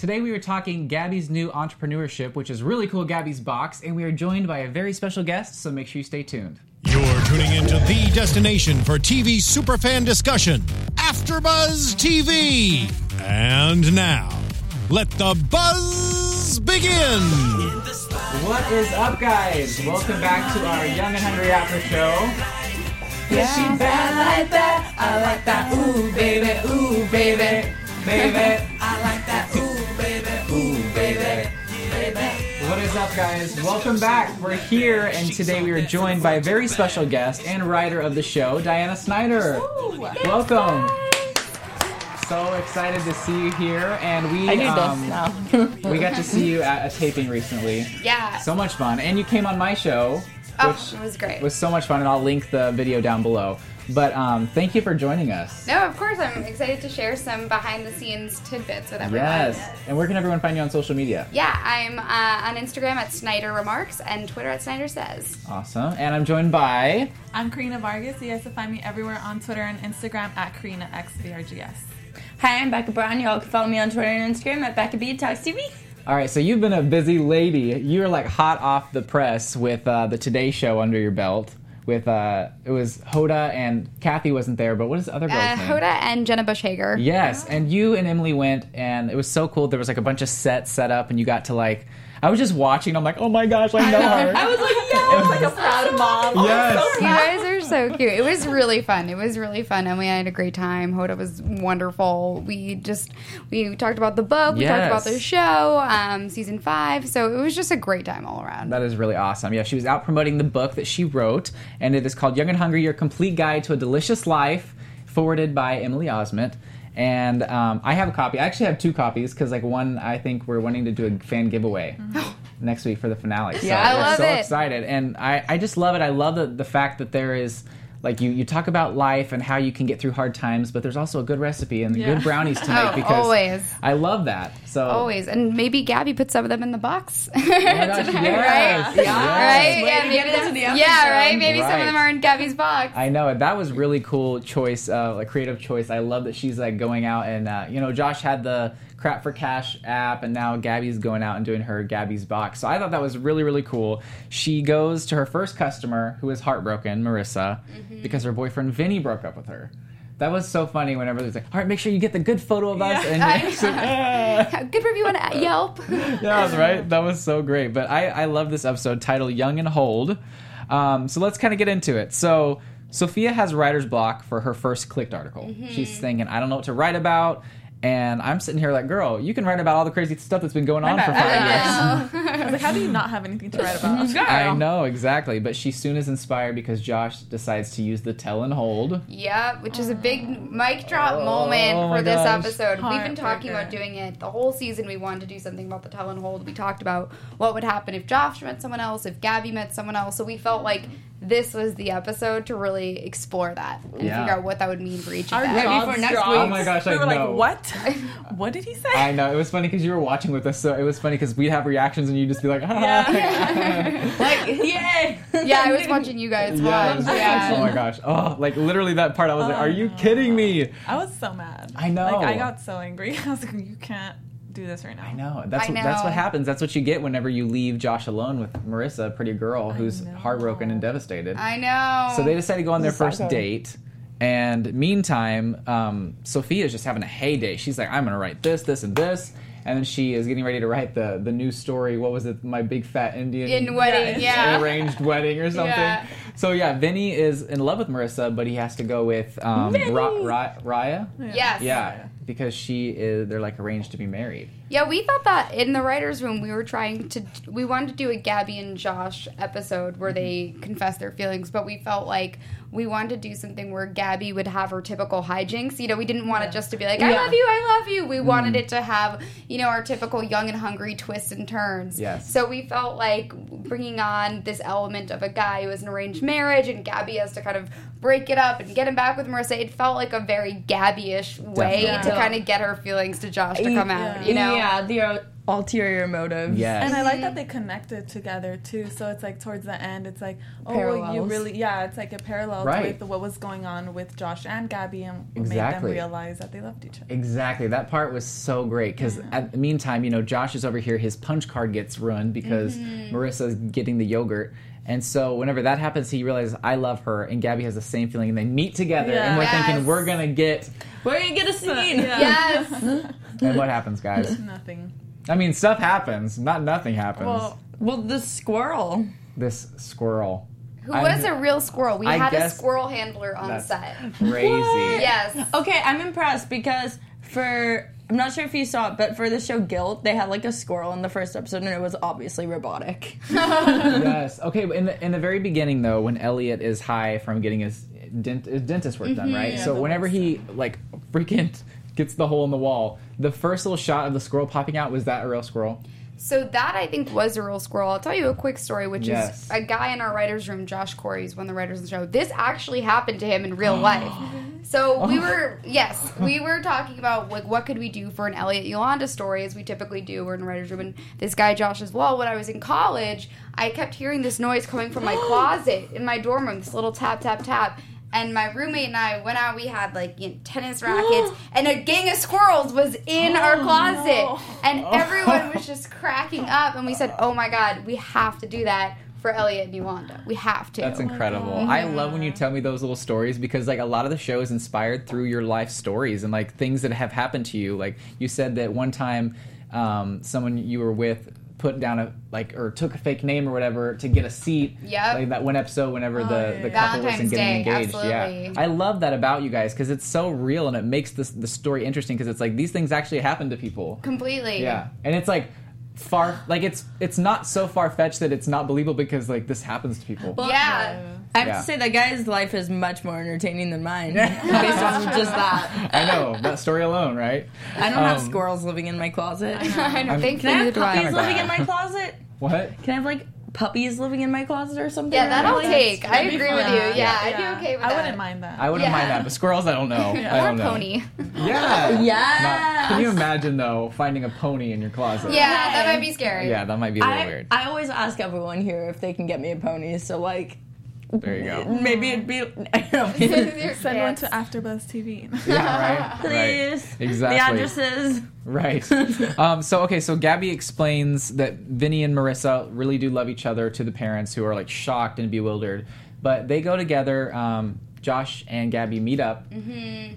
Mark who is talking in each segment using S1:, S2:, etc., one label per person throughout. S1: Today we were talking Gabby's new entrepreneurship, which is really cool, Gabby's Box, and we are joined by a very special guest, so make sure you stay tuned.
S2: You're tuning into the destination for TV superfan discussion, AfterBuzz TV. And now, let the buzz begin.
S1: What is up, guys? Welcome back to our Young and Hungry After Show. Yeah, she bad like that. I like that. Ooh, baby. Ooh, baby. Baby. I like that. Ooh, baby. Ooh, baby. What is up, guys? Welcome back. We're here, and today we are joined by a very special guest and writer of the show, Diana Snyder. Welcome. So excited to see you here, and we
S3: I need
S1: um,
S3: this now.
S1: we got to see you at a taping recently.
S4: Yeah.
S1: So much fun. And you came on my show,
S4: Oh,
S1: which
S4: it was great.
S1: was so much fun, and I'll link the video down below. But um, thank you for joining us.
S4: no, of course, I'm excited to share some behind the scenes tidbits with everyone.
S1: Yes. And where can everyone find you on social media?
S4: Yeah, I'm uh, on Instagram at Snyder Remarks and Twitter at Snyder Says.
S1: Awesome. And I'm joined by.
S5: I'm Karina Vargas. You guys can find me everywhere on Twitter and Instagram at KarinaXVRGS.
S3: Hi, I'm Becca Brown. Y'all can follow me on Twitter and Instagram at Becca B Talks TV.
S1: All right, so you've been a busy lady. You were like hot off the press with uh, the Today Show under your belt. With uh, it was Hoda and Kathy wasn't there, but what is the other girl's
S4: Uh,
S1: name?
S4: Hoda and Jenna Bush Hager.
S1: Yes, and you and Emily went, and it was so cool. There was like a bunch of sets set up, and you got to like. I was just watching. I'm like, oh my gosh, I know
S3: I
S1: her.
S3: was like, yeah, I was like a proud mom.
S1: yes.
S4: You guys are so cute. It was really fun. It was really fun, and we had a great time. Hoda was wonderful. We just we talked about the book. We
S1: Yes.
S4: talked about the show, um, season five. So it was just a great time all around.
S1: That is really awesome. Yeah, she was out promoting the book that she wrote, and it is called Young and Hungry Your Complete Guide to a Delicious Life, forwarded by Emily Osment. And um, I have a copy. I actually have two copies because, like, one I think we're wanting to do a fan giveaway next week for the finale. So
S4: Mm-hmm. Yeah, I
S1: we're
S4: love
S1: so
S4: it.
S1: excited, and I, I just love it. I love the, the fact that there is like you you talk about life and how you can get through hard times, but there's also a good recipe and good brownies to make
S4: Oh,
S1: because
S4: always.
S1: I love that. So
S4: Always, and maybe Gabby put some of them in the box.
S1: Oh my gosh, yes,
S4: right?
S1: yes.
S4: Right?
S3: Way to get it
S4: that's-
S3: into the episode.
S4: yeah, right? Maybe some
S1: Right.
S4: of them are in Gabby's box.
S1: I know that was really cool choice, uh, like creative choice. I love that she's like going out and uh, you know Josh had the crap for cash app, and now Gabby's going out and doing her Gabby's box. So I thought that was really really cool. She goes to her first customer who is heartbroken, Marissa, because her boyfriend Vinny broke up with her. That was so funny. Whenever it's like, all right, make sure you get the good photo of us, and she's like, "Ah."
S4: Good review on Yelp.
S1: yeah, that's right. That was so great. But I, I love this episode titled Young and Hold. Um, so let's kind of get into it. So Sophia has writer's block for her first clicked article. She's thinking, I don't know what to write about. And I'm sitting here like, girl, you can write about all the crazy stuff that's been going on for five years.
S5: I was like, how do you not have anything to write about?
S1: I know, exactly. But she soon is inspired because Josh decides to use the tell and hold.
S4: Yep, which is a big mic drop
S1: Oh
S4: moment
S1: my
S4: for this
S1: gosh.
S4: episode. We've been talking
S5: Heartbreaker.
S4: about doing it the whole season. We wanted to do something about the tell and hold. We talked about what would happen if Josh met someone else, if Gabby met someone else. So we felt like this was the episode to really explore that and
S1: Yeah.
S4: figure out what that would mean for each of
S5: Our
S4: them.
S3: ready
S5: jaws
S3: for next
S5: dropped.
S3: week.
S1: Oh my gosh,
S5: we
S1: I
S5: were
S1: know.
S5: like, what? What did he say?
S1: I know. It was funny because you were watching with us. So it was funny because we'd have reactions and you'd just be like, "Ah."
S3: Like, yay!
S4: Yeah, I was watching you guys
S1: Yes.
S4: watch. Yeah.
S1: Oh my gosh. Oh, like literally that part. I was like, are you kidding me?
S5: I was so mad.
S1: I know.
S5: Like, I got so angry. I was like, you can't do this right now.
S1: I know. That's
S4: I
S1: What, that's what
S4: know.
S1: happens. That's what you get whenever you leave Josh alone with Marissa, a pretty girl who's
S5: know.
S1: heartbroken and devastated.
S4: I know.
S1: so they decide to go on their first date. And meantime, um, Sophia's just having a heyday. She's like, I'm going to write this, this, and this. And then she is getting ready to write the, the new story. What was it? My big fat Indian
S4: in wedding, yeah.
S1: arranged wedding or something.
S4: Yeah.
S1: So yeah, Vinny is in love with Marissa, but he has to go with um, Ra- Ra- Raya.
S4: Yes.
S1: Yeah, because she is. They're like arranged to be married.
S4: Yeah, we thought that in the writers' room we were trying to we wanted to do a Gabby and Josh episode where they confess their feelings, but we felt like we wanted to do something where Gabby would have her typical hijinks. You know, we didn't want it just to be like, I
S3: Yeah.
S4: love you, I love you. We wanted it to have, you know, our typical young and hungry twists and turns.
S1: Yes.
S4: So we felt like bringing on this element of a guy who has an arranged marriage and Gabby has to kind of break it up and get him back with Marissa. It felt like a very Gabby ish way
S1: Definitely.
S4: to kind of get her feelings to Josh to come out,
S5: Yeah.
S4: you know?
S3: Yeah, the uh, ulterior motive.
S1: Yes.
S5: And I like that they connected together too. So it's like towards the end, it's like, oh, well, you
S3: Parallels.
S5: really, yeah, it's like it parallels
S1: Right.
S5: with what was going on with Josh and Gabby and what made
S1: Exactly.
S5: them realize that they loved each other.
S1: Exactly. That part was so great because at the meantime, you know, Josh is over here. His punch card gets ruined because Marissa's getting the yogurt. And so whenever that happens, he realizes I love her, and Gabby has the same feeling, and they meet together, and we're
S4: Yes.
S1: thinking we're gonna get.
S3: We're gonna get a scene.
S4: Yes.
S1: And what happens, guys?
S5: Nothing.
S1: I mean, stuff happens. Not nothing happens.
S5: Well,
S3: Well, the squirrel.
S1: this squirrel,
S4: Who
S1: I'm-
S4: was a real squirrel? We
S1: I
S4: had a
S1: guess-
S4: squirrel handler on
S1: That's-
S4: set.
S1: crazy.
S4: Yes.
S3: Okay, I'm impressed because for I'm not sure if you saw it, but for the show Guilt, they had like a squirrel in the first episode, and it was obviously robotic.
S1: yes. Okay. but In the in the very beginning, though, when Elliot is high from getting his, dent, his dentist work done, right? so
S5: the
S1: whenever
S5: wax
S1: he like freaking gets the hole in the wall, the first little shot of the squirrel popping out was that a real squirrel?
S4: So that I think was a real squirrel. I'll tell you a quick story, which
S1: Yes.
S4: is a guy in our writers' room, Josh Corey, is one of the writers on the show. This actually happened to him in real life.
S1: Oh.
S4: So we were yes, we were talking about like what could we do for an Elliot Yolanda story, as we typically do. We're in the writers' room, and this guy Josh as well. When I was in college, I kept hearing this noise coming from my closet in my dorm room. This little tap tap tap. And my roommate and I went out. We had like you know, tennis rackets, and a gang of squirrels was in our
S5: Oh,
S4: closet, and everyone was just cracking up. And we said, "Oh my god, we have to do that for Elliot and Yolanda. We have to."
S1: That's incredible. I love when you tell me those little stories because like a lot of the show is inspired through your life stories and like things that have happened to you. Like you said that one time um, someone you were with put down a like or took a fake name or whatever to get a seat.
S4: Yep. Oh,
S1: Like that one episode whenever the,
S5: yeah,
S1: the
S5: yeah.
S1: couple wasn't
S4: Valentine's
S1: getting
S4: Day,
S1: engaged. Yeah.
S4: absolutely.
S1: I love that about you guys because it's so real and it makes this the story interesting because it's like these things actually happen to people.
S4: Completely.
S1: Yeah, and it's like far like it's it's not so far fetched that it's not believable because like this happens to people.
S5: Uh,
S4: Yeah.
S3: I have
S1: Yeah.
S3: to say that guy's life is much more entertaining than mine, based on just that.
S1: I know that story alone, right?
S3: I don't
S1: Um,
S3: have squirrels living in my closet.
S4: I know. Thankfully,
S3: Can I
S4: neither
S3: have
S4: do I.
S3: puppies living in my closet?
S1: What?
S3: Can I have like puppies living in my closet or something?
S4: Yeah, that'll
S3: Like,
S4: take. I
S5: That'd be
S4: agree
S5: fun.
S4: with you. Yeah, I'd
S5: Yeah.
S4: be okay with
S5: I
S4: that.
S5: wouldn't mind that.
S1: I wouldn't
S4: Yeah.
S1: mind that, but squirrels, I don't know. I
S4: Or
S1: don't
S4: a
S1: know.
S4: pony.
S1: Yeah.
S3: Yes.
S1: Not- can you imagine though finding a pony in your closet?
S4: Yeah, that might be scary.
S1: Yeah, that might be a little
S3: I,
S1: weird.
S3: I always ask everyone here if they can get me a pony. So like,
S1: there you go.
S3: maybe it'd be. I don't know.
S4: Your
S5: Send one
S4: pants.
S5: to AfterBuzz TV.
S1: Yeah, right. Right.
S3: Please.
S1: Exactly.
S3: The addresses.
S1: Right. um, so okay, so Gabby explains that Vinny and Marissa really do love each other to the parents, who are like shocked and bewildered. But they go together. Um, Josh and Gabby meet up,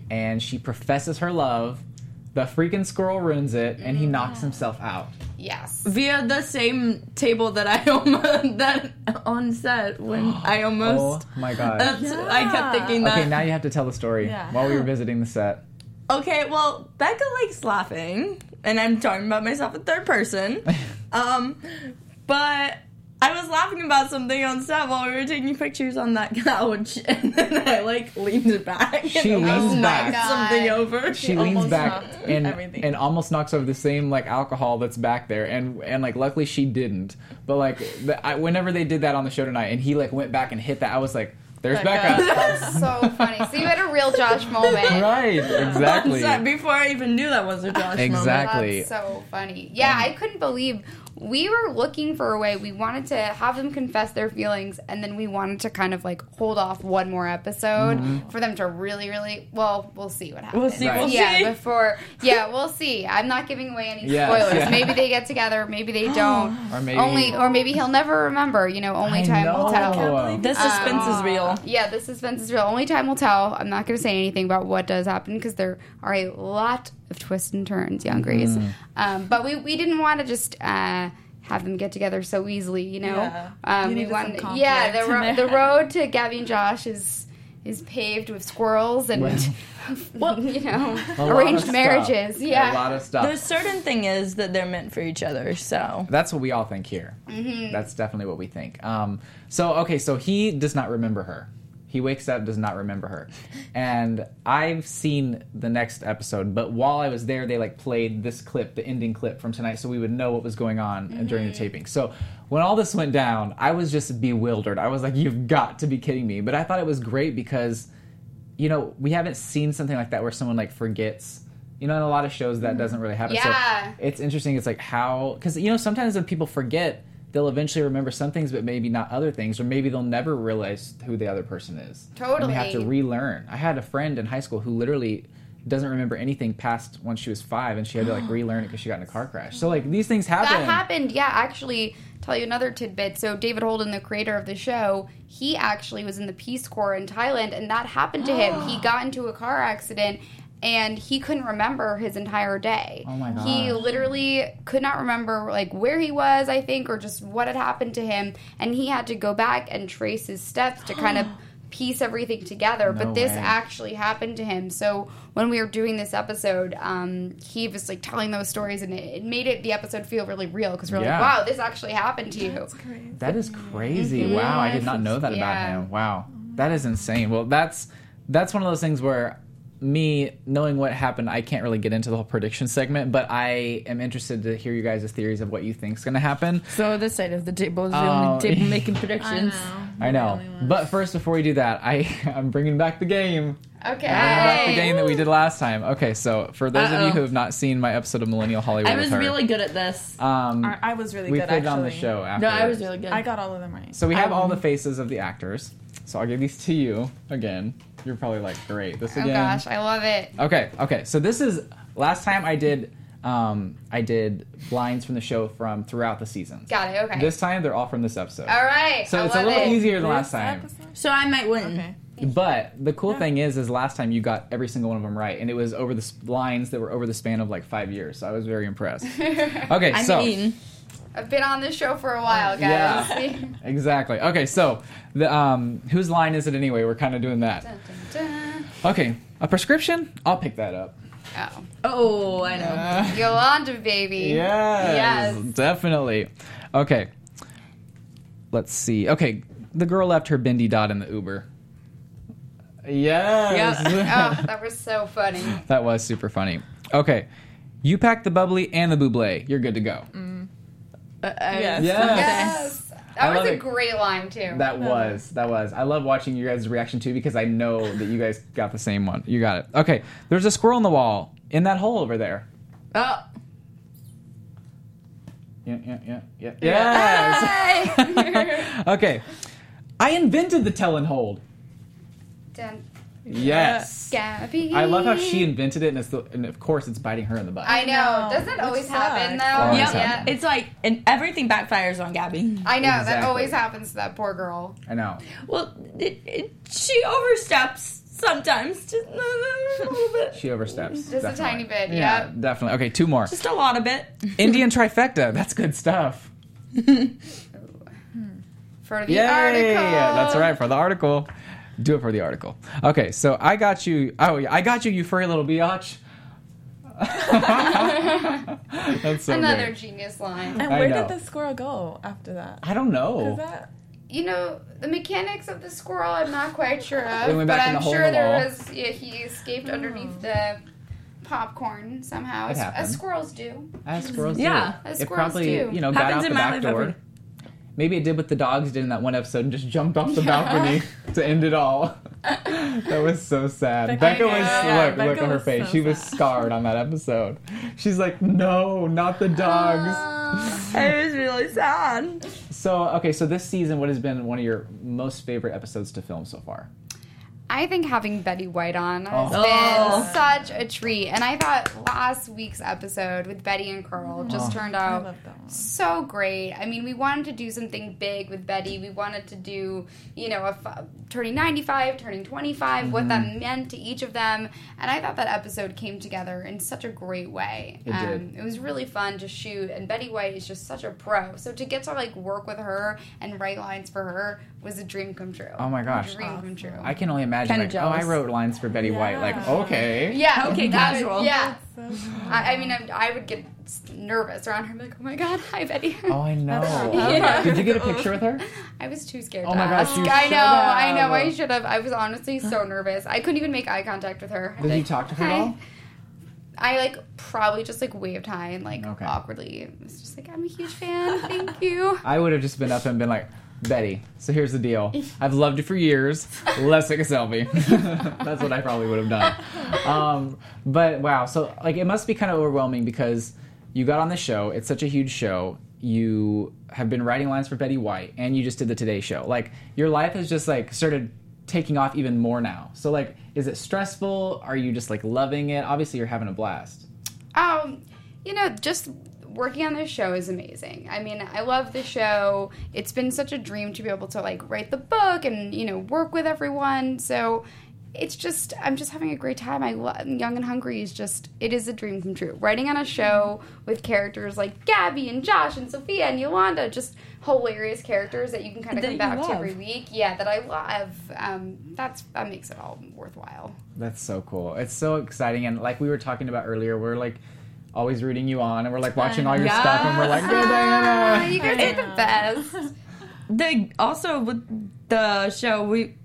S1: and she professes her love. The freaking squirrel ruins it, and he knocks himself out.
S4: Yes.
S3: via the same table that I almost that on set when I almost.
S1: Oh my god.
S3: That's- I kept thinking that.
S1: Okay, now you have to tell the story
S5: Yeah.
S1: while we were visiting the set.
S3: Okay, well, Becca likes laughing, and I'm talking about myself in third person. um, but I was laughing about something on set while we were taking pictures on that couch, and then I like leaned back.
S1: She
S3: and almost
S1: leans
S3: knocked
S1: back.
S6: Oh
S3: Something over.
S1: She leans
S5: almost
S1: back
S5: knocked
S1: and
S5: everything.
S1: and almost knocks over the same like alcohol that's back there, and and like luckily she didn't. But like the, I, whenever they did that on the show tonight, and he like went back and hit that, I was like, "There's
S5: Becca.
S1: Becca."
S4: That's so funny. So you had a real Josh moment.
S1: right,
S3: On set
S1: exactly,
S3: before I even knew that was a Josh moment.
S1: exactly.
S4: That's so funny. Yeah, I couldn't believe we were looking for a way. We wanted to have them confess their feelings, and then we wanted to kind of like hold off one more episode
S1: Mm-hmm.
S4: for them to really, really. Well, we'll see what happens.
S3: We'll see.
S1: Right.
S3: We'll
S4: yeah,
S3: see.
S4: before. Yeah, we'll see. I'm not giving away any
S1: Yes,
S4: spoilers.
S1: yeah.
S4: Maybe they get together. Maybe they don't.
S1: Or maybe-
S4: only, or maybe he'll never remember. You know, only
S1: I
S4: time will
S1: know.
S4: tell.
S3: The suspense is real.
S4: Yeah, the suspense is real. Only time will tell. I'm not going to say anything about what does happen because there are a lot of twists and turns, young Grace. Um, but we, we didn't want to just uh, have them get together so easily, you know.
S5: Yeah.
S4: Um,
S5: You
S4: we
S5: needed
S4: wanted,
S5: some
S4: yeah,
S5: conflict
S4: the,
S5: in
S4: ro-
S5: there.
S4: the road to Gabby and Josh is is paved with squirrels and
S1: A
S4: you know
S1: lot of
S4: arranged
S1: stuff.
S4: marriages.
S1: a
S4: Yeah,
S1: lot of stuff.
S3: The certain thing is that they're meant for each other, so.
S1: That's what we all think here. That's definitely what we think. Um, so okay, so he does not remember her. He wakes up, does not remember her, and I've seen the next episode. But while I was there, they like played this clip, the ending clip from tonight, so we would know what was going on during the taping. So when all this went down, I was just bewildered. I was like, "You've got to be kidding me!" But I thought it was great because you know, we haven't seen something like that where someone like forgets, You know, in a lot of shows that doesn't really happen.
S4: Yeah.
S1: So it's interesting. It's like how because you know sometimes when people forget, they'll eventually remember some things, but maybe not other things, or maybe they'll never realize who the other person is. And they have to
S4: Totally.
S1: relearn. I had a friend in high school who literally doesn't remember anything past when she was five, and she had to like relearn it because she got in a car crash. So like these things happen.
S4: That happened, yeah. Actually, tell you another tidbit. So David Holden, the creator of the show, he actually was in the Peace Corps in Thailand, and that happened to him. He got into a car accident. And he couldn't remember his entire day.
S1: Oh my
S4: He
S1: gosh.
S4: literally could not remember like where he was, I think, or just what had happened to him. And he had to go back and trace his steps to kind of piece everything together.
S1: No
S4: but this
S1: way.
S4: actually happened to him. So when we were doing this episode, um, he was like telling those stories, and it, it made it the episode feel really real because we're
S1: Yeah.
S4: like, wow, this actually happened to you.
S1: That is crazy.
S6: Mm-hmm.
S1: Wow, I did not know that
S4: Yeah.
S1: about him. Wow. That is insane. Well, that's that's one of those things where me knowing what happened, I can't really get into the whole prediction segment, but I am interested to hear you guys' theories of what you think's going to happen.
S6: So this side of the table is the
S1: Oh.
S6: only table making predictions.
S1: I know. But first before we do that, I I'm bringing back the game.
S4: Okay.
S1: Bringing back the game that we did last time. Okay, so for those of you
S6: Uh-oh.
S1: who have not seen my episode of Millennial Hollywood
S6: I was
S1: with her,
S6: really good at this.
S1: um
S5: I I was really
S1: we
S5: good
S1: played
S5: actually.
S1: it on the show after.
S6: no, I was really good.
S5: I got all of them right.
S1: So we have
S4: Um,
S1: all the faces of the actors. So I'll give these to you again. You're probably like, great, this
S4: Oh
S1: again.
S4: gosh, I love it.
S1: Okay, okay. So this is last time I did um I did blinds from the show from throughout the seasons.
S4: Got it. Okay.
S1: This time they're all from this episode.
S4: All right.
S1: So
S4: I
S1: it's a
S4: love
S1: little
S4: it.
S1: easier than last time.
S5: Episode?
S6: so I might win.
S5: Okay.
S1: But the cool thing is is last time you got every single one of them right and it was over the s- lines that were over the span of like 5 years. So I was very impressed. Okay,
S6: I
S1: so
S6: mean,
S4: I've been on this show for a while, guys.
S1: Yeah. exactly. Okay, so the um whose line is it anyway? We're kind of doing that.
S4: Dun, dun,
S1: Okay, a prescription? I'll pick that up.
S4: dun.
S6: oh, I know.
S4: Oh, Yolanda, baby.
S1: Yes.
S4: Yes.
S1: Definitely. Okay. Let's see. Okay, the girl left her bendy dot in the Uber. Yes.
S4: Oh, that was so funny.
S1: that was super funny. Okay. You packed the bubbly and the buble. You're good to go.
S6: Uh, I-
S5: Yes.
S4: Yes.
S1: I
S4: That
S1: love
S4: was a
S1: it.
S4: great line too.
S1: That was. That was. I love watching you guys' reaction too because I know that you guys got the same one. You got it. Okay. There's a squirrel in the wall in that hole over there.
S6: Oh,
S1: Yeah, yeah, yeah, yeah. Yes. okay. I invented the tell and hold.
S4: Dun.
S1: Yes.
S4: Gabby.
S1: I love how she invented it, and, it's the, and of course, it's biting her in the butt.
S4: I know.
S5: No,
S4: Doesn't that
S5: which
S4: always
S5: sucks.
S4: happen though?
S1: Always
S6: yep.
S1: happens.
S6: It's like, and everything backfires on Gabby.
S4: I know that
S1: Exactly.
S4: always happens to that poor girl.
S1: I know.
S6: Well, it, it, she oversteps sometimes, just a little bit,
S1: She oversteps.
S4: Just a tiny bit.
S1: Yeah,
S4: Yeah.
S1: definitely. Okay, two more.
S6: just a lot of it.
S1: Indian trifecta. That's good stuff.
S4: For the
S1: Yay!
S4: article.
S1: That's right for the article. Do it for the article. Okay, so I got you. Oh, yeah, I got you, you furry little biatch. That's so
S4: Another
S1: great.
S4: genius line.
S5: And
S1: I
S5: where
S1: know. Oh.
S5: did the squirrel go after that?
S1: I don't know.
S5: Is that?
S4: You know the mechanics of the squirrel. I'm not quite sure
S1: They
S4: of,
S1: went
S4: but
S1: back in
S4: I'm
S1: the hole
S4: sure
S1: in the wall.
S4: there was. Yeah, he escaped underneath the popcorn somehow. As,
S1: happened.
S4: as squirrels do.
S1: As squirrels
S6: Yeah,
S1: do.
S4: as
S1: it
S4: squirrels
S1: probably,
S4: do.
S1: you know, got
S6: Happens
S1: out
S6: in
S1: the
S6: my
S1: back
S6: life
S1: door.
S6: every-
S1: Maybe it did what the dogs did in that one episode and just jumped off the balcony to end it all. that was so sad. Becca
S5: Becca-
S1: was
S5: Yeah,
S1: look,
S5: Becca
S1: look at her
S5: was
S1: face.
S5: so
S1: she was
S5: sad.
S1: scarred on that episode. She's like, "No, not the dogs."
S6: It was really sad.
S1: so, okay, so this season what has been one of your most favorite episodes to film so far?
S4: I think having Betty White on has
S1: Oh.
S6: Oh.
S4: been such a treat. And I thought last week's episode with Betty and Carl just
S1: Oh.
S4: turned
S5: I
S4: out
S5: love that one.
S4: so great. I mean, we wanted to do something big with Betty. We wanted to do, you know, a f- turning 95, turning 25, what
S1: Mm-hmm.
S4: that meant to each of them. And I thought that episode came together in such a great way. Um,
S1: It did.
S4: It was really fun to shoot. And Betty White is just such a pro. So to get to like work with her and write lines for her was a dream come true.
S1: Oh my gosh.
S4: dream come true.
S1: I can only imagine
S6: Kinda
S1: like, "Oh, I
S6: jealous.
S1: wrote lines for Betty White." Like,
S5: Yeah.
S1: "Okay."
S4: Yeah.
S6: Okay,
S4: that
S6: casual.
S4: would- yeah.
S5: So funny.
S4: I, I mean, I, I would get s- nervous around her. I'm like, oh my god, hi Betty.
S1: Oh, I know.
S4: Yeah.
S1: Did you get a picture with her?
S4: I was too scared.
S1: Oh
S4: to
S1: my gosh,
S4: ask.
S1: you
S4: I
S1: should
S4: know. I
S1: have.
S4: know. I should have. I was honestly so nervous. I couldn't even make eye contact with her.
S1: Did
S4: Like,
S1: you talk to her at
S4: "Hi."
S1: all?
S4: I like probably just like waved hi and like
S1: Okay.
S4: awkwardly. It's just like I'm a huge fan. Thank you.
S1: I would have just been up and been like, Betty, so here's the deal. I've loved you for years. Let's take a selfie. That's what I probably would have done. Um, but wow, so like it must be kind of overwhelming because you got on the show. It's such a huge show. You have been writing lines for Betty White, and you just did the Today Show. Like your life has just like started taking off even more now. So like, is it stressful? Are you just like loving it? Obviously, you're having a blast.
S4: Um, you know, just working on this show is amazing. I mean, I love the show. It's been such a dream to be able to like write the book and you know work with everyone. So it's just I'm just having a great time. I love Young and Hungry is just it is a dream come true. Writing on a show with characters like Gabby and Josh and Sophia and Yolanda, just hilarious characters that you can kind of
S6: That
S4: come
S6: you
S4: back to
S6: love.
S4: every week. Yeah, that I love. Um, that's that makes it all worthwhile.
S1: That's so cool. It's so exciting. And like we were talking about earlier, we're like always rooting you on and we're like watching all your stuff and we're like, go
S4: Ah,
S1: Diana.
S4: you guys are the best.
S3: The also with the show we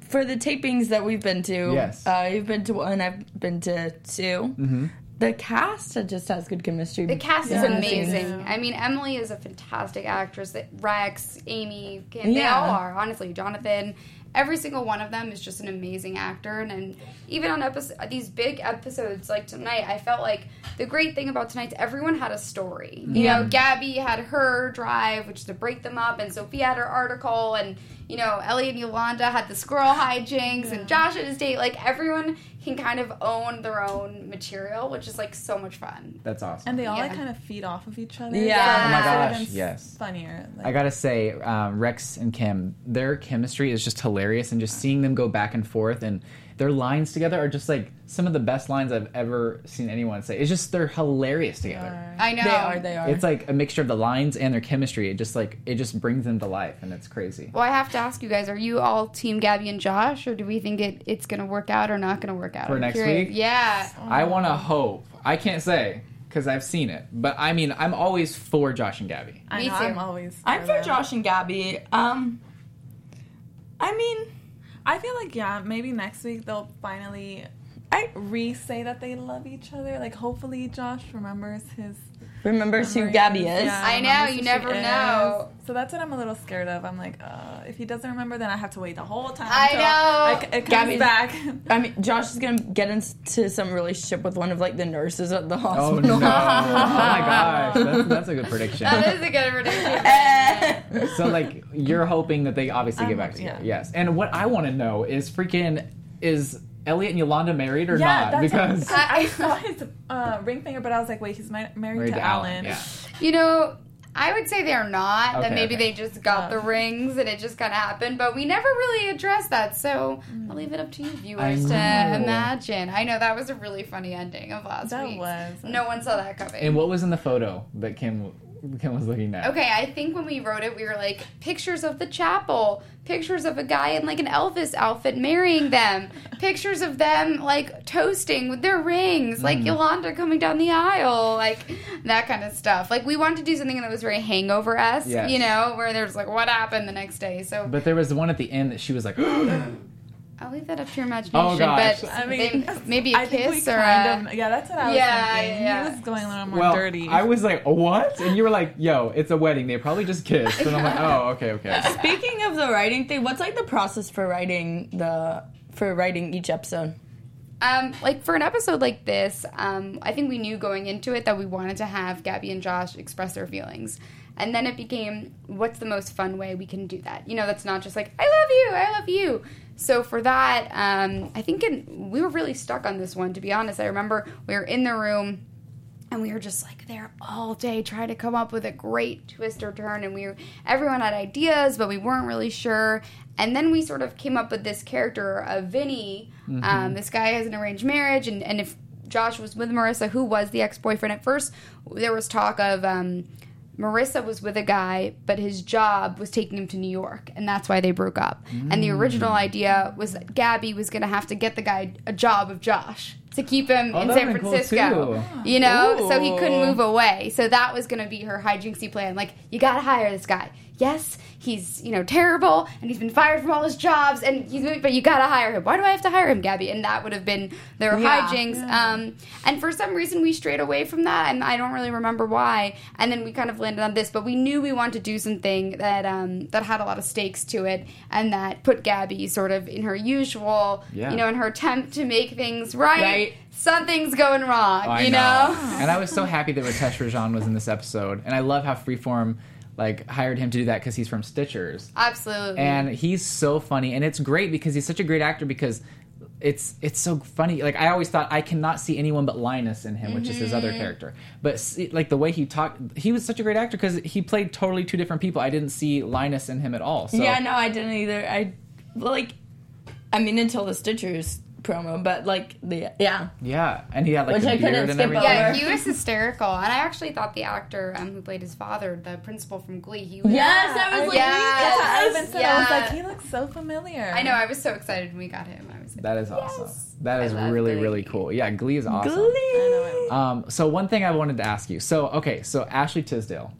S3: for the tapings that we've been to.
S1: Yes. Mm-hmm.
S3: uh, you've been to one. I've been to 2 The cast just has good chemistry.
S4: The cast
S3: Yeah.
S4: is amazing. I mean, Emily is a fantastic actress. That Rex, Amy, Kim, they
S3: Yeah.
S4: all are. Honestly, Jonathan, every single one of them is just an amazing actor. And, and even on episode, these big episodes like tonight, I felt like the great thing about tonight's everyone had a story. You know, Gabby had her drive, which is to break them up, and Sophia had her article, and you know, Ellie and Yolanda had the squirrel hijinks, and Josh had his date. Like everyone can kind of own their own material, which is like so much fun.
S1: That's awesome.
S5: And they all
S4: Yeah.
S5: like kind of feed off of each other.
S3: Yeah.
S4: Oh my
S5: It's
S1: gosh,
S5: even
S1: yes.
S5: Funnier. Like,
S1: I gotta say, um, Rex and Kim, their chemistry is just hilarious, and just seeing them go back and forth, and their lines together are just like some of the best lines I've ever seen anyone say. It's just they're hilarious together.
S4: I know.
S3: They are. They are.
S1: It's like a mixture of the lines and their chemistry. It just like it just brings them to life, and it's crazy.
S4: Well, I have to ask you guys: Are you all Team Gabby and Josh, or do we think it, it's going to work out or not going to work out
S1: For
S4: I'm
S1: next week?
S4: Yeah.
S1: I want to hope. I can't say because I've seen it, but I mean, I'm always for Josh and Gabby.
S5: I
S4: me
S5: know,
S4: too.
S5: I'm always.
S3: I'm for
S5: them.
S3: Josh and Gabby. Um, I mean,
S5: I feel like yeah, maybe next week they'll finally
S3: I
S5: re say that they love each other. Like hopefully Josh remembers his
S3: remembers who
S5: memories.
S3: Gabby is.
S5: Yeah,
S4: I know,
S5: remembers
S4: you
S5: who
S4: never
S5: she is.
S4: know.
S5: So that's what I'm a little scared of. I'm like, uh, if he doesn't remember, then I have to wait the whole time.
S4: I
S5: until
S4: know.
S5: I c- it comes
S3: Gabby's-
S5: back.
S3: I mean, Josh is gonna get into some relationship with one of like the nurses at the
S1: Oh
S3: hospital.
S1: no! oh my gosh, that's, that's a good prediction.
S4: That is a good prediction.
S1: so like, you're hoping that they obviously get back together.
S5: yeah.
S1: Yes. And what I want to know is freaking is Elliot and Yolanda married or
S5: yeah,
S1: not?
S5: that's
S1: Because
S5: I, I saw his uh, ring finger, but I was like, wait, he's mar- married,
S1: married
S5: to, Alan.
S1: Yeah.
S4: you know, I would say they are not.
S1: Okay,
S4: that maybe
S1: okay.
S4: they just got the rings and it just kind of happened. But we never really addressed that, so I'll leave it up to you viewers to
S1: know.
S4: imagine. I know that was a really funny ending of last
S5: That
S4: week.
S5: was.
S4: No one saw that coming.
S1: And what was in the photo that Kim Kim was looking at?
S4: Okay, I think when we wrote it, we were like pictures of the chapel, pictures of a guy in like an Elvis outfit marrying them, pictures of them like toasting with their rings,
S5: Mm.
S4: like Yolanda coming down the aisle, like that kind of stuff. Like we wanted to do something that was very hangover esque,
S1: Yes.
S4: you know, where there's like what happened the next day. So
S1: But there was one at the end that she was like,
S4: I'll leave that up to your imagination.
S1: gosh.
S4: But
S5: Oh, I mean,
S4: may- maybe a
S5: I think we
S4: kiss or
S5: kind
S4: a.
S5: of, yeah, that's what I was
S4: Yeah,
S5: thinking.
S4: yeah.
S5: He was going a little more
S1: "Well,
S5: dirty.
S1: I was like, what?" And you were like, "Yo, it's a wedding. They probably just kissed." And I'm like, "Oh, okay, okay."
S3: Speaking of the writing thing, what's like the process for writing the for writing each episode?
S4: Um, like for an episode like this, um, I think we knew going into it that we wanted to have Gabby and Josh express their feelings. And then it became, what's the most fun way we can do that? You know, that's not just like, I love you, I love you. So for that, um, I think it, we were really stuck on this one, to be honest. I remember we were in the room and we were just like there all day trying to come up with a great twist or turn and we were, everyone had ideas but we weren't really sure and then we sort of came up with this character of vinny
S1: Mm-hmm.
S4: um, this guy has an arranged marriage and, and if josh was with marissa who was the ex-boyfriend at first there was talk of um, Marissa was with a guy, but his job was taking him to New York, and that's why they broke up. And the original
S1: Mm.
S4: idea was that Gabby was going to have to get the guy a job of Josh to keep him
S1: Oh,
S4: in
S1: that'd
S4: San
S1: been cool,
S4: Francisco.
S1: too.
S4: you know, so he couldn't
S3: Ooh.
S4: move away. So that was going to be her hijinksy plan. Like, you got to hire this guy. yes, he's you know terrible and he's been fired from all his jobs and he's but you gotta hire him. Why do I have to hire him, Gabby? And that would have been their
S3: Yeah.
S4: hijinks. Um, and for some reason we strayed away from that, and I don't really remember why. And then we kind of landed on this, but we knew we wanted to do something that um, that had a lot of stakes to it, and that put Gabby sort of in her usual,
S1: Yeah.
S4: you know, in her attempt to make things right.
S3: Right.
S4: Something's going wrong,
S1: I
S4: you know.
S1: And I was so happy that Ritesh Rajan was in this episode, and I love how Freeform like hired him to do that because he's from Stitchers.
S4: Absolutely.
S1: and he's so funny and it's great because he's such a great actor because it's it's so funny like i always thought i cannot see anyone but linus in him which is his
S3: Mm-hmm.
S1: other character but see, like the way he talked he was such a great actor because he played totally two different people i didn't see linus in him at all so
S3: Yeah, no, I didn't either. I like, I mean, until the Stitchers promo, but like the yeah,
S1: yeah and he had like
S3: Which
S1: a
S3: I couldn't
S1: beard and
S3: skip
S1: everything
S4: Yeah,
S3: over.
S4: he was hysterical, and I actually thought the actor um, who played his father, the principal from Glee, he was.
S3: yes, I was like,
S4: Yes.
S5: That's how I
S3: yes,
S5: even said. I was
S4: Yeah.
S5: like, he looks so familiar.
S4: I know. I was so excited when we got him. I was. Like,
S1: that is awesome that is
S4: love
S1: really
S4: Glee.
S1: really cool yeah glee is awesome
S3: Glee.
S1: Um, so one thing I wanted to ask you. So okay, so Ashley Tisdale,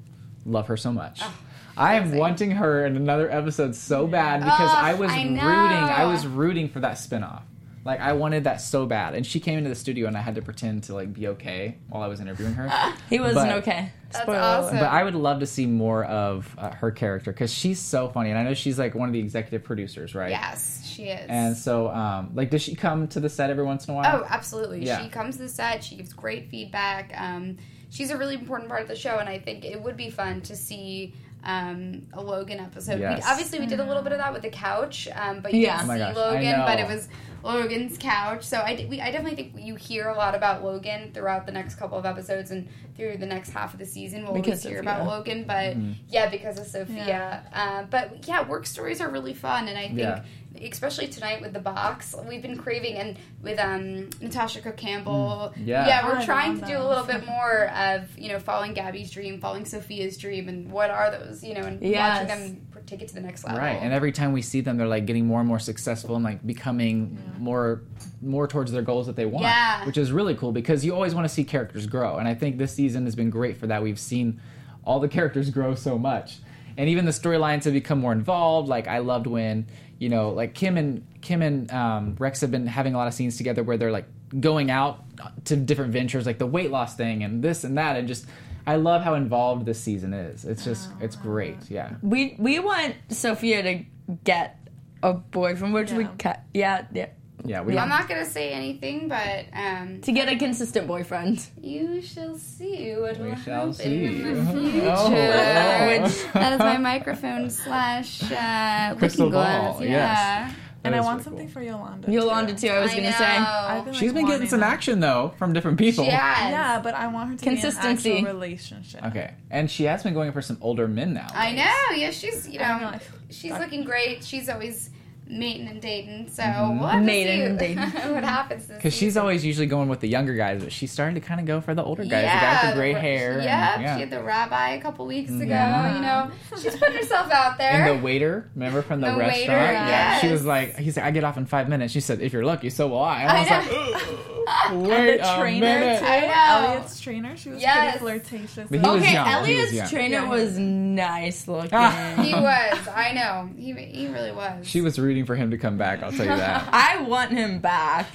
S1: love her so much.
S4: Ah,
S1: I am wanting her in another episode so bad because
S4: Ugh,
S1: I was
S4: Ah, I
S1: rooting.
S4: know.
S1: I was rooting for that spinoff. Like I wanted that so bad, and she came into the studio, and I had to pretend to like be okay while I was interviewing her.
S4: Ah.
S3: he wasn't
S1: But-
S3: okay.
S4: That's
S3: Spoiler alert.
S4: awesome.
S1: But I would love to see more of uh, her character because she's so funny, and I know she's like one of the executive producers, right?
S4: yes, she is.
S1: And so, um, like, does she come to the set every once in a while?
S4: oh, absolutely.
S1: Yeah.
S4: She comes to the set. She gives great feedback. Um, she's a really important part of the show, and I think it would be fun to see. Um, a Logan episode.
S1: Yes.
S4: We, obviously, we did a little bit of that with the couch, um, but you
S3: Yeah.
S4: didn't
S3: Oh
S1: my
S4: see
S1: gosh, I
S4: Logan, but
S1: know.
S4: it was Logan's couch. So I, d- we, I definitely think you hear a lot about Logan throughout the next couple of episodes and through the next half of the season. We'll always
S3: Because
S4: hear
S3: of
S4: about
S3: Sophia.
S4: Logan, but
S1: Mm-hmm.
S4: yeah, because of Sophia. Uh, but yeah, work stories are really fun, and I think
S1: Yeah.
S4: especially tonight with the box we've been craving and with um, natasha cook campbell
S1: Mm, yeah.
S3: Oh,
S4: we're
S5: I
S4: trying
S5: love
S4: to do a
S5: them.
S4: little bit more of you know following gabby's dream following sophia's dream and what are those you know and watching
S3: Yes.
S4: them take it to the next level
S1: Right, and every time we see them, they're like getting more and more successful and like becoming more, more towards their goals that they want.
S4: Yeah.
S1: which is really cool because you always want to see characters grow, and I think this season has been great for that. We've seen all the characters grow so much, and even the storylines have become more involved. Like I loved when you know, like Kim and Kim and um, Rex have been having a lot of scenes together where they're like going out to different ventures, like the weight loss thing and this and that, and just. I love how involved this season is. It's just, it's great. Yeah.
S3: We we want Sophia to get a boyfriend, which we
S5: Yeah.
S3: cut. Yeah, yeah.
S1: Yeah. We
S4: i'm not gonna say anything but um,
S3: To get a consistent boyfriend,
S4: you shall see what will
S1: shall
S4: happen
S1: see.
S4: in the future
S1: Oh, wow.
S4: Which- that is my microphone slash uh,
S1: Crystal
S4: looking glass
S1: ball, yes.
S4: yeah
S1: That
S5: And I
S1: is
S5: want
S1: really
S5: something
S1: cool.
S5: for Yolanda.
S3: Yolanda too. I was gonna say
S4: know.
S5: I've been, like,
S1: She's been getting
S5: wanting
S1: some
S5: that.
S1: action though from different people.
S4: She has.
S5: Yeah, but I want her to
S3: Consistency.
S5: be in an actual relationship.
S1: Okay, and she has been going for some older men now.
S4: I know. Yeah, she's you
S5: I
S4: know
S5: know.
S4: she's looking great. She's always mating and dating. So we'll have to
S3: Mating
S4: see
S3: and dating.
S4: what happens this
S1: Mm-hmm. Because she's
S4: season.
S1: always usually going with the younger guys, but she's starting to kind of go for the older guys, the guy with the gray
S4: ra-
S1: hair. and-
S4: Yep,
S1: yeah.
S4: she had the rabbi a couple weeks ago.
S1: Yeah.
S4: You know, she's putting herself out there.
S1: and the waiter, remember from the,
S4: The
S1: restaurant?
S4: waiter,
S1: yeah. She was
S4: yes.
S1: like, he said, I get off in five minutes. She said, if you're lucky, so will I. And I,
S4: I
S1: was
S4: know.
S1: like, wait
S5: The
S1: a
S5: trainer too.
S1: um, minute.
S4: I know.
S5: Elliot's trainer. She was
S4: Yes.
S5: pretty flirtatious.
S1: But he was
S3: okay,
S1: young. He was
S3: Elliot's
S1: young.
S3: trainer
S5: Yeah.
S3: was nice looking.
S1: Ah.
S4: he was. I know. He he really was.
S1: She was rooting for him to come back, I'll tell you that.
S3: I want him back.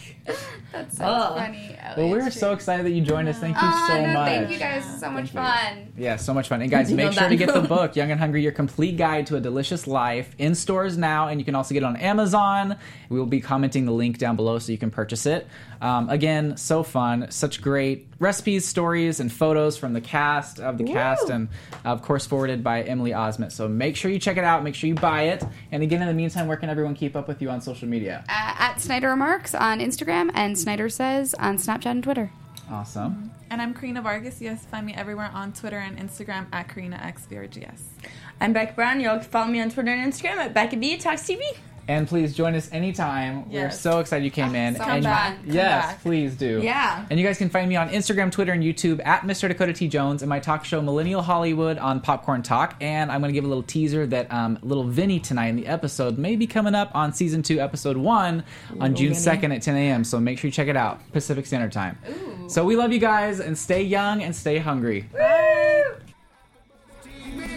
S4: That's so
S3: Ugh.
S4: funny.
S1: well, we
S4: Elliot's
S1: were so
S4: true.
S1: excited that you joined us. Thank you
S4: Ah,
S1: so
S4: no,
S1: much.
S4: thank you guys so much
S1: Thank
S4: fun.
S1: Yeah, so much fun. And guys,
S3: You know
S1: make sure
S3: that.
S1: to get the book, Young and Hungry, Your Complete Guide to a Delicious Life, in stores now, and you can also get it on Amazon. We will be commenting the link down below so you can purchase it. Um, again, so fun. Such great recipes, stories, and photos from the cast, of the cast, and of course, forwarded by Emily Osment. So make sure you check it out, make sure you buy it. And again, in the meantime, where can everyone keep up with you on social media?
S4: Uh, at Snyder Remarks on Instagram and Snyder Says on Snapchat and Twitter.
S1: Awesome.
S5: And I'm Karina Vargas. You guys can find me everywhere on Twitter and Instagram at KarinaXVRGS.
S3: I'm Beck Brown. Y'all can follow me on Twitter and Instagram at Becca B Talks TV.
S1: And please join us anytime. We're
S5: Yes.
S1: so excited you came in.
S4: so
S1: and
S4: back. Come
S1: yes,
S5: back.
S1: please do.
S3: Yeah.
S1: And you guys can find me on Instagram, Twitter, and YouTube at Mr. Dakota T. Jones and my talk show Millennial Hollywood on Popcorn Talk. And I'm going to give a little teaser that um, little Vinny tonight in the episode may be coming up on season two, episode one, on June
S3: Vinny.
S1: 2nd at 10 a.m. So make sure you check it out, Pacific Standard Time. So we love you guys and stay young and stay hungry.
S2: TV.